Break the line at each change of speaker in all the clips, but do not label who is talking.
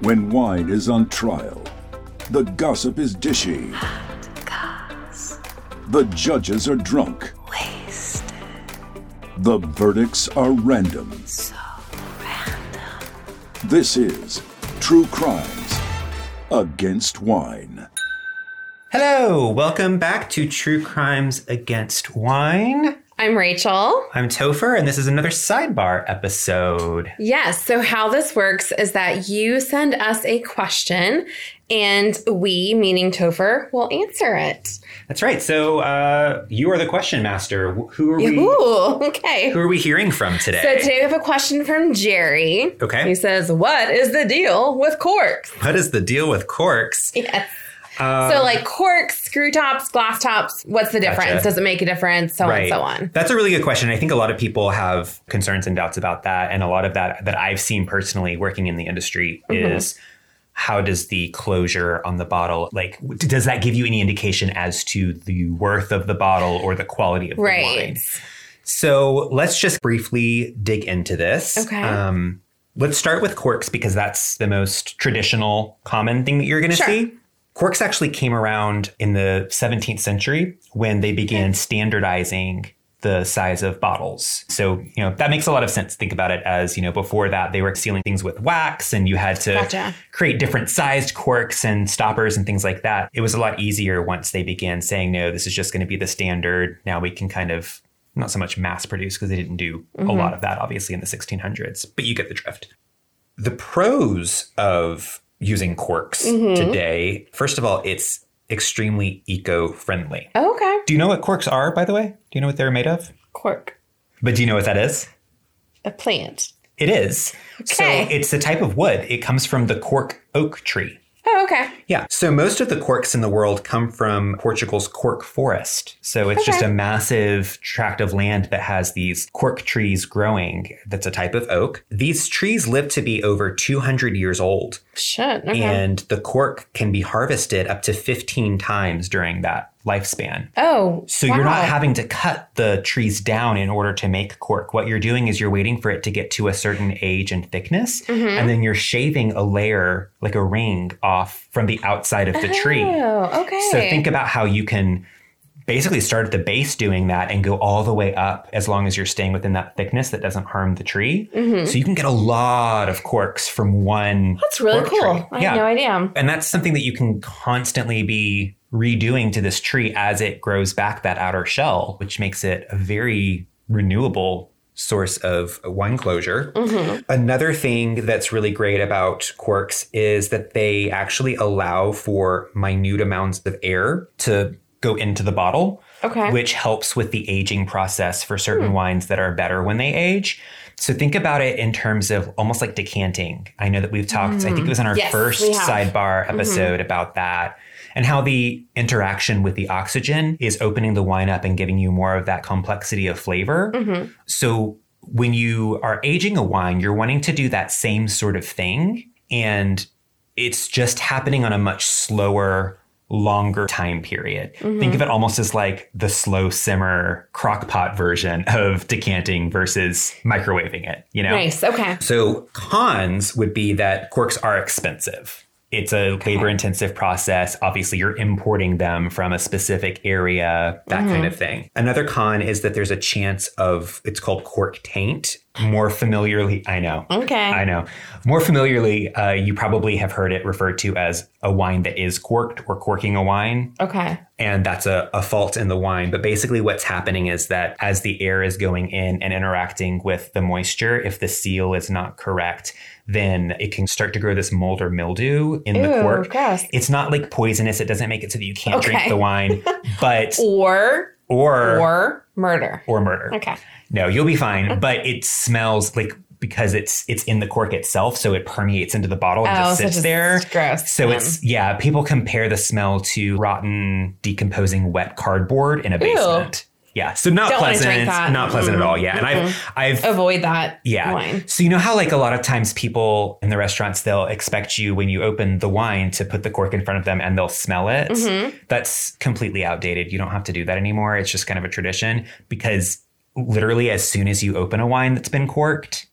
when wine is on trial, the gossip is dishy, the judges are drunk,
Waste
the verdicts are random.
so random.
This is True Crimes Against Wine.
Hello, welcome back to True Crimes Against Wine.
I'm Rachel.
I'm Topher, and this is another sidebar episode.
Yes. So, how this works is that you send us a question and we, meaning Topher, will answer it.
That's right. So uh, you are the question master. Wh- Who are we?
Ooh, okay.
Who are we hearing from today?
So, today we have a question from Jerry.
Okay.
He says, What is the deal with corks?
what is the deal with corks?
Yes. so, like corks, screw tops, glass tops, what's the difference?
Um, Gotcha.
Does it make a difference? So on and so on.
That's a really good question. I think a lot of people have concerns and doubts about that. And a lot of that that I've seen personally working in the industry
Mm-hmm.
is how does the closure on the bottle, like, w- does that give you any indication as to the worth of the bottle or the quality of the
Right.
wine? So let's just briefly dig into this.
Okay.
Um, let's start with corks because that's the most traditional, common thing that you're going to
Sure.
see. Corks actually came around in the 17th century when they began standardizing the size of bottles. So, you know, that makes a lot of sense. Think about it as, you know, before that they were sealing things with wax and you had to
Gotcha.
create different sized corks and stoppers and things like that. It was a lot easier once they began saying, no, this is just going to be the standard. Now we can kind of not so much mass produce because they didn't do a lot of that, obviously, in the 1600s, but you get the drift the pros of using corks
Mm-hmm.
today first of all it's extremely eco-friendly
Okay.
do you know what corks are by the way do you know what they're made of
Cork,
but do you know what that is
a plant.
it is so
Okay.
it's the type of wood it comes from the cork oak tree
Oh, okay.
yeah. So most of the corks in the world come from Portugal's cork forest. So it's just
Okay.
a massive tract of land that has these cork trees growing. That's a type of oak. These trees live to be over 200 years old.
Shit. Okay.
and the cork can be harvested up to 15 times during that lifespan.
oh.
So you're
wow.
not having to cut the trees down in order to make cork. What you're doing is you're waiting for it to get to a certain age and thickness,
Mm-hmm.
and then you're shaving a layer, like a ring, off from the outside of the tree.
Oh, okay.
So think about how you can basically start at the base doing that and go all the way up as long as you're staying within that thickness that doesn't harm the tree. So you can get a lot of corks from one.
Mm-hmm. That's really
cork
cool.
tree.
I had no idea.
And that's something that you can constantly be redoing to this tree as it grows back that outer shell, which makes it a very renewable source of wine closure. Another thing that's really great about corks is that they actually allow for minute amounts of air to go into the bottle
Okay. Hmm.
which helps with the aging process for certain wines that are better when they age. So think about it in terms of almost like decanting. I know that we've talked, I think it was in our
Mm. Yes,
first
we have. Mm-hmm.
sidebar episode about that and how the interaction with the oxygen is opening the wine up and giving you more of that complexity of flavor.
Mm-hmm.
So when you are aging a wine, you're wanting to do that same sort of thing. And it's just happening on a much slower, longer time period. Think of it almost as like the slow simmer crock pot version of decanting versus microwaving it, you know?
Nice. Okay.
So cons would be that corks are expensive. It's a labor intensive process. Obviously, you're importing them from a specific area, that kind of thing. Another con is that there's a chance of it's called cork taint. More familiarly, I know.
Okay.
I know. More familiarly, uh, you probably have heard it referred to as a wine that is corked or corking a wine
Okay.
and that's a, a fault in the wine. But basically, what's happening is that as the air is going in and interacting with the moisture, if the seal is not correct, then it can start to grow this mold or mildew in the
Ew,
cork.
gross.
It's not like poisonous, it doesn't make it so that you can't drink
Okay.
the wine, but
Or
or or,
or murder.
murder.
Okay.
No, you'll be fine, but it smells like because it's it's in the cork itself, so it permeates into the bottle and
Oh,
just
so
sits
just-
there.
it's gross.
So
Um,
it's yeah, people compare the smell to rotten, decomposing wet cardboard in a basement. Yeah, so not
Don't wanna drink
pleasant,
that.
not pleasant at all. Yeah, and I've I've
Avoid that
yeah.
wine.
So you know how like a lot of times people in the restaurants they'll expect you when you open the wine to put the cork in front of them and they'll smell it.
Mm-hmm.
That's completely outdated. You don't have to do that anymore. It's just kind of a tradition because literally as soon as you open a wine that's been corked,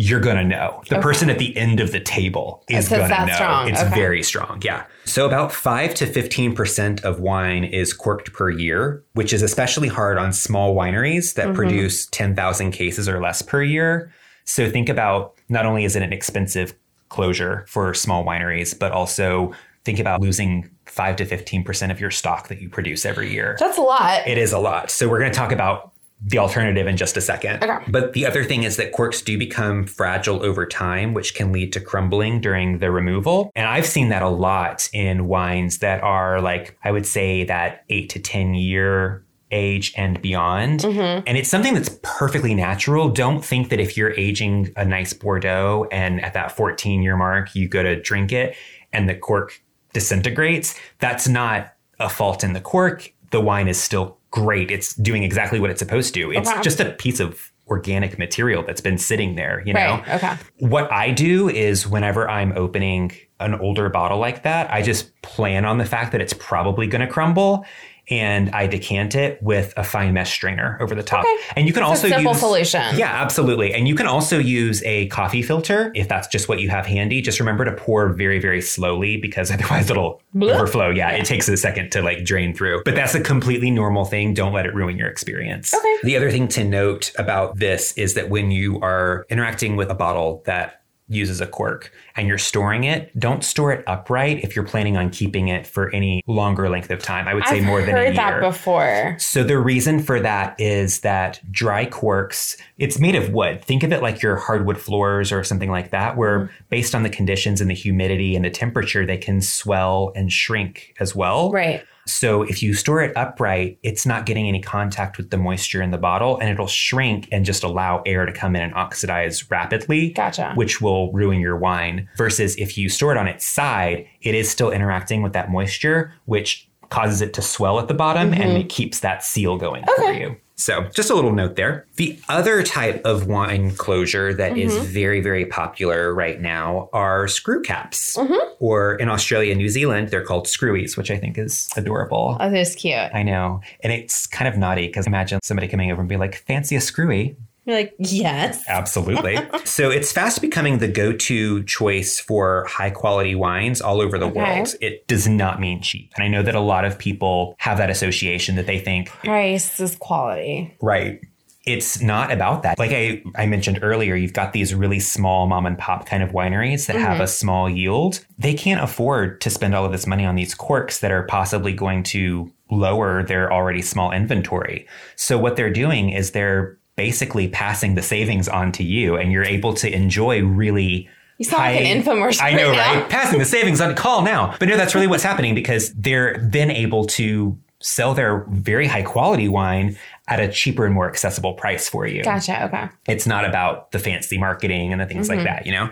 you're going to know. The person at the end of the table is
so it's
going to
that
know.
strong.
It's
Okay.
very strong. Yeah. So about 5 to 15% of wine is corked per year, which is especially hard on small wineries that produce 10,000 cases or less per year. So think about not only is it an expensive closure for small wineries, but also think about losing 5 to 15% of your stock that you produce every year.
That's a lot.
It is a lot. So we're going to talk about the alternative in just a second.
Okay.
But the other thing is that corks do become fragile over time, which can lead to crumbling during the removal. And I've seen that a lot in wines that are like, I would say that eight to 10 year age and beyond. And it's something that's perfectly natural. Don't think that if you're aging a nice Bordeaux and at that 14 year mark, you go to drink it and the cork disintegrates. That's not a fault in the cork. The wine is still great. It's doing exactly what it's supposed to. It's
Okay.
just a piece of organic material that's been sitting there, you know?
right. Okay.
What I do is whenever I'm opening an older bottle like that, I just plan on the fact that it's probably going to crumble and I decant it with a fine mesh strainer over the top.
Okay.
And you can
It's
also
a simple
use
solution.
yeah, absolutely. And you can also use a coffee filter if that's just what you have handy. Just remember to pour very, very slowly because otherwise it'll
Blech.
overflow. Yeah, it takes a second to like drain through. But that's a completely normal thing. Don't let it ruin your experience.
Okay.
The other thing to note about this is that when you are interacting with a bottle that uses a cork and you're storing it, don't store it upright if you're planning on keeping it for any longer length of time. I would say
I've
more
heard
than a year.
that before.
So the reason for that is that dry corks, it's made of wood. Think of it like your hardwood floors or something like that, where based on the conditions and the humidity and the temperature, they can swell and shrink as well.
Right.
So if you store it upright, it's not getting any contact with the moisture in the bottle and it'll shrink and just allow air to come in and oxidize rapidly
Gotcha.
which will ruin your wine. Versus if you store it on its side, it is still interacting with that moisture, which causes it to swell at the bottom and it keeps that seal going for you. So, just a little note there. The other type of wine closure that is very, very popular right now are screw caps. Or in Australia and New Zealand, they're called screwies, which I think is adorable.
Oh, that's cute.
I know. And it's kind of naughty because imagine somebody coming over and be like, fancy a screwy.
You're like, yes.
Absolutely. so it's fast becoming the go to choice for high quality wines all over the
Okay.
world. It does not mean cheap. And I know that a lot of people have that association that they think,
Price is quality.
right. It's not about that. Like I, I mentioned earlier, you've got these really small mom and pop kind of wineries that have a small yield. They can't afford to spend all of this money on these corks that are possibly going to lower their already small inventory. So what they're doing is they're basically passing the savings on to you and you're able to enjoy really
You sound like an infomercial
I know,
right now.
right? Passing the savings on call now. But no, that's really what's happening because they're then able to sell their very high quality wine at a cheaper and more accessible price for you.
Gotcha. Okay.
It's not about the fancy marketing and the things
Mm-hmm.
like that, you know?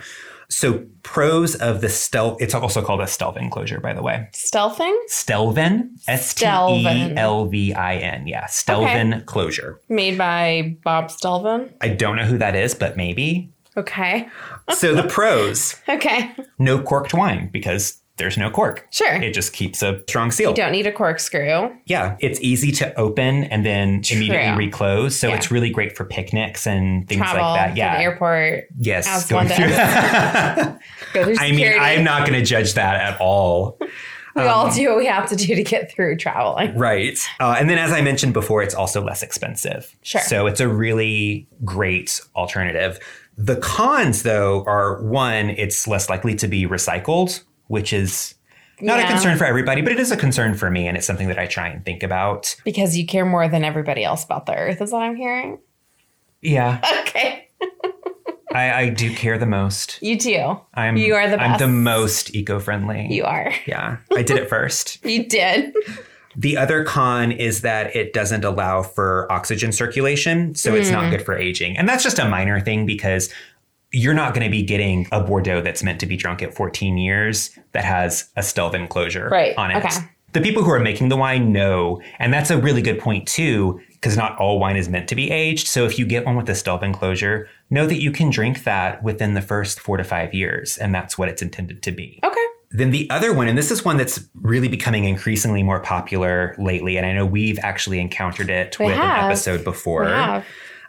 So pros of the stealth, it's also called a stelvin enclosure, by the way.
Stealthing?
Stelvin, E S-T-E-L-V-I-N. Yeah, stelvin closure.
Made by Bob Stelvin.
I don't know who that is, but maybe.
Okay.
So the pros,
Okay.
no corked wine because there's no cork.
Sure.
It just keeps a strong seal.
Don't need a corkscrew.
Yeah, it's easy to open and then immediately reclose. So
Yeah.
it's really great for picnics and things
Travel
like that.
to the
Yeah.
airport.
Yes.
As
going
one Go through
I mean,
security.
I'm not going to judge that at all.
We all do what we have to do to get through traveling.
Right. Uh, and then, as I mentioned before, it's also less expensive.
Sure.
So it's a really great alternative. The cons, though, are one, it's less likely to be recycled, which is not a
Yeah.
concern for everybody, but it is a concern for me. And it's something that I try and think about.
Because you care more than everybody else about the earth, is what I'm hearing.
Yeah,
Okay.
I, I do care the most.
You do.
I'm
You are the
I'm the
best.
most eco-friendly.
You are.
Yeah, I did it first.
You did.
The other con is that it doesn't allow for oxygen circulation, so it's
Hmm.
not good for aging. And that's just a minor thing because you're not going to be getting a Bordeaux that's meant to be drunk at 14 years that has a Stelvin closure
Right,
on it.
okay.
The people who are making the wine know, and that's a really good point too, because not all wine is meant to be aged. So if you get one with a Stelvin closure, know that you can drink that within the first four to five years, and that's what it's intended to be.
Okay.
Then the other one, and this is one that's really becoming increasingly more popular lately, and I know we've actually encountered it
We
with
have.
an episode before.
We have.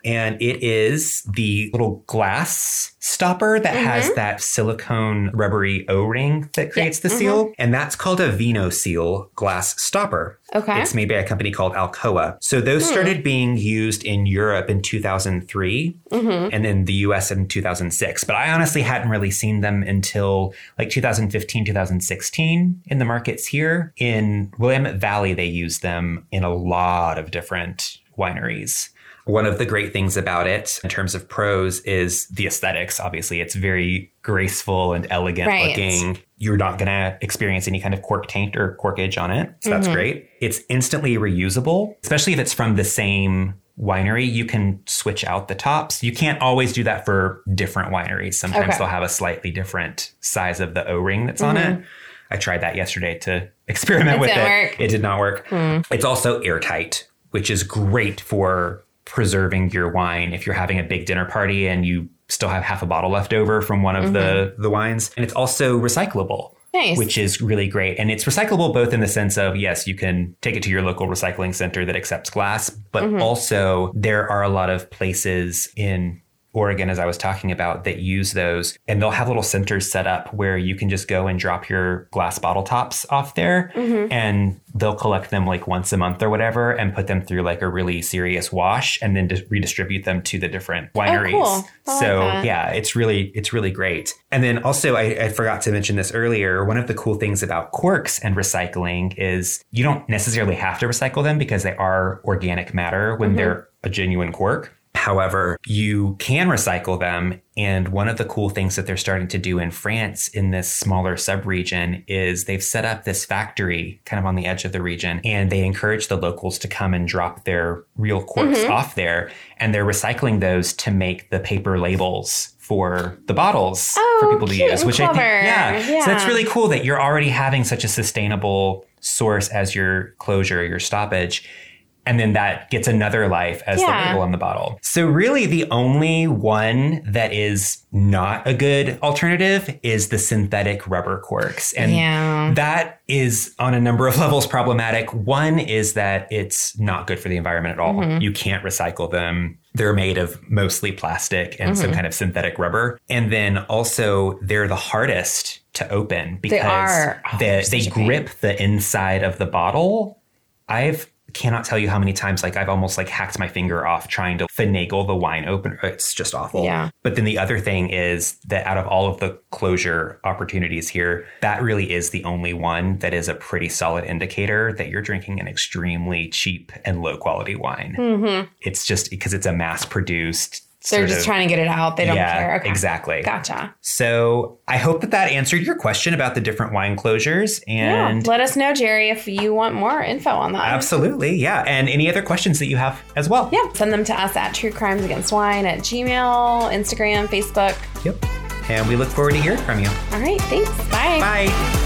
And it is the little glass stopper that
Mm-hmm.
has that silicone rubbery O ring that creates
Mm-hmm.
the seal. And that's called a Vino seal glass stopper.
Okay. Hmm.
It's made by a company called Alcoa. So those started being used in Europe in 2003
Mm-hmm.
and in the US in 2006. But I honestly hadn't really seen them until like 2015, 2016 in the markets here. In Willamette Valley, they use them in a lot of different wineries. One of the great things about it in terms of pros is the aesthetics. Obviously, it's very graceful and elegant
Right.
looking. You're not going to experience any kind of cork taint or corkage on it. So that's great. It's instantly reusable, especially if it's from the same winery. You can switch out the tops. You can't always do that for different wineries. Sometimes
Okay.
they'll have a slightly different size of the O ring that's on it. I tried that yesterday to experiment
It
with it.
didn't work. Hmm.
It did not work. It's also airtight, which is great for preserving your wine if you're having a big dinner party and you still have half a bottle left over from one of the
Mm-hmm.
the wines. And it's also recyclable.
Nice.
Which is really great. And it's recyclable both in the sense of, yes, you can take it to your local recycling center that accepts glass, but also there are a lot of places in Oregon, as I was talking about, that use those. And they'll have little centers set up where you can just go and drop your glass bottle tops off there and they'll collect them like once a month or whatever and put them through like a really serious wash and then dis- redistribute them to the different wineries.
Oh, I like
So,
that.
yeah yeah, it's really it's really great. And then also, I, I forgot to mention this earlier. One of the cool things about corks and recycling is you don't necessarily have to recycle them because they are organic matter when
Mm-hmm.
they're a genuine cork. However, you can recycle them. And one of the cool things that they're starting to do in France in this smaller subregion is they've set up this factory kind of on the edge of the region and they encourage the locals to come and drop their real corks
Mm-hmm.
off there. And they're recycling those to make the paper labels for the bottles
Oh,
for people to
cute
use,
and
which I
clever.
think, yeah. So that's
Yeah.
really cool that you're already having such a sustainable source as your closure, your stoppage. And then that gets another life as
Yeah.
the label on the bottle. So, really, the only one that is not a good alternative is the synthetic rubber corks. And
Yeah.
that is on a number of levels problematic. One is that it's not good for the environment at all.
Mm-hmm.
You can't recycle them. They're made of mostly plastic and
Mm-hmm.
some kind of synthetic rubber. And then also, they're the hardest to open because
are. Oh,
they,
they're
they
such a pain.
grip the inside of the bottle. I've cannot tell you how many times like I've almost like hacked my finger off trying to finagle the wine open. It's just awful.
Yeah.
But then the other thing is that out of all of the closure opportunities here, that really is the only one that is a pretty solid indicator that you're drinking an extremely cheap and low quality wine. It's just because it's a mass produced.
Mm-hmm. They're just trying to get it out. They don't
yeah,
care. Okay.
exactly.
Gotcha.
So I hope that that answered your question about the different wine closures and.
yeah. Let us know, Jerry, if you want more info on that.
Absolutely. Yeah. And any other questions that you have as well.
Yeah. Send them to us at True Crimes Against Wine at Gmail, Instagram, Facebook.
Yep. And we look forward to hearing from you.
All right. Thanks. Bye.
Bye.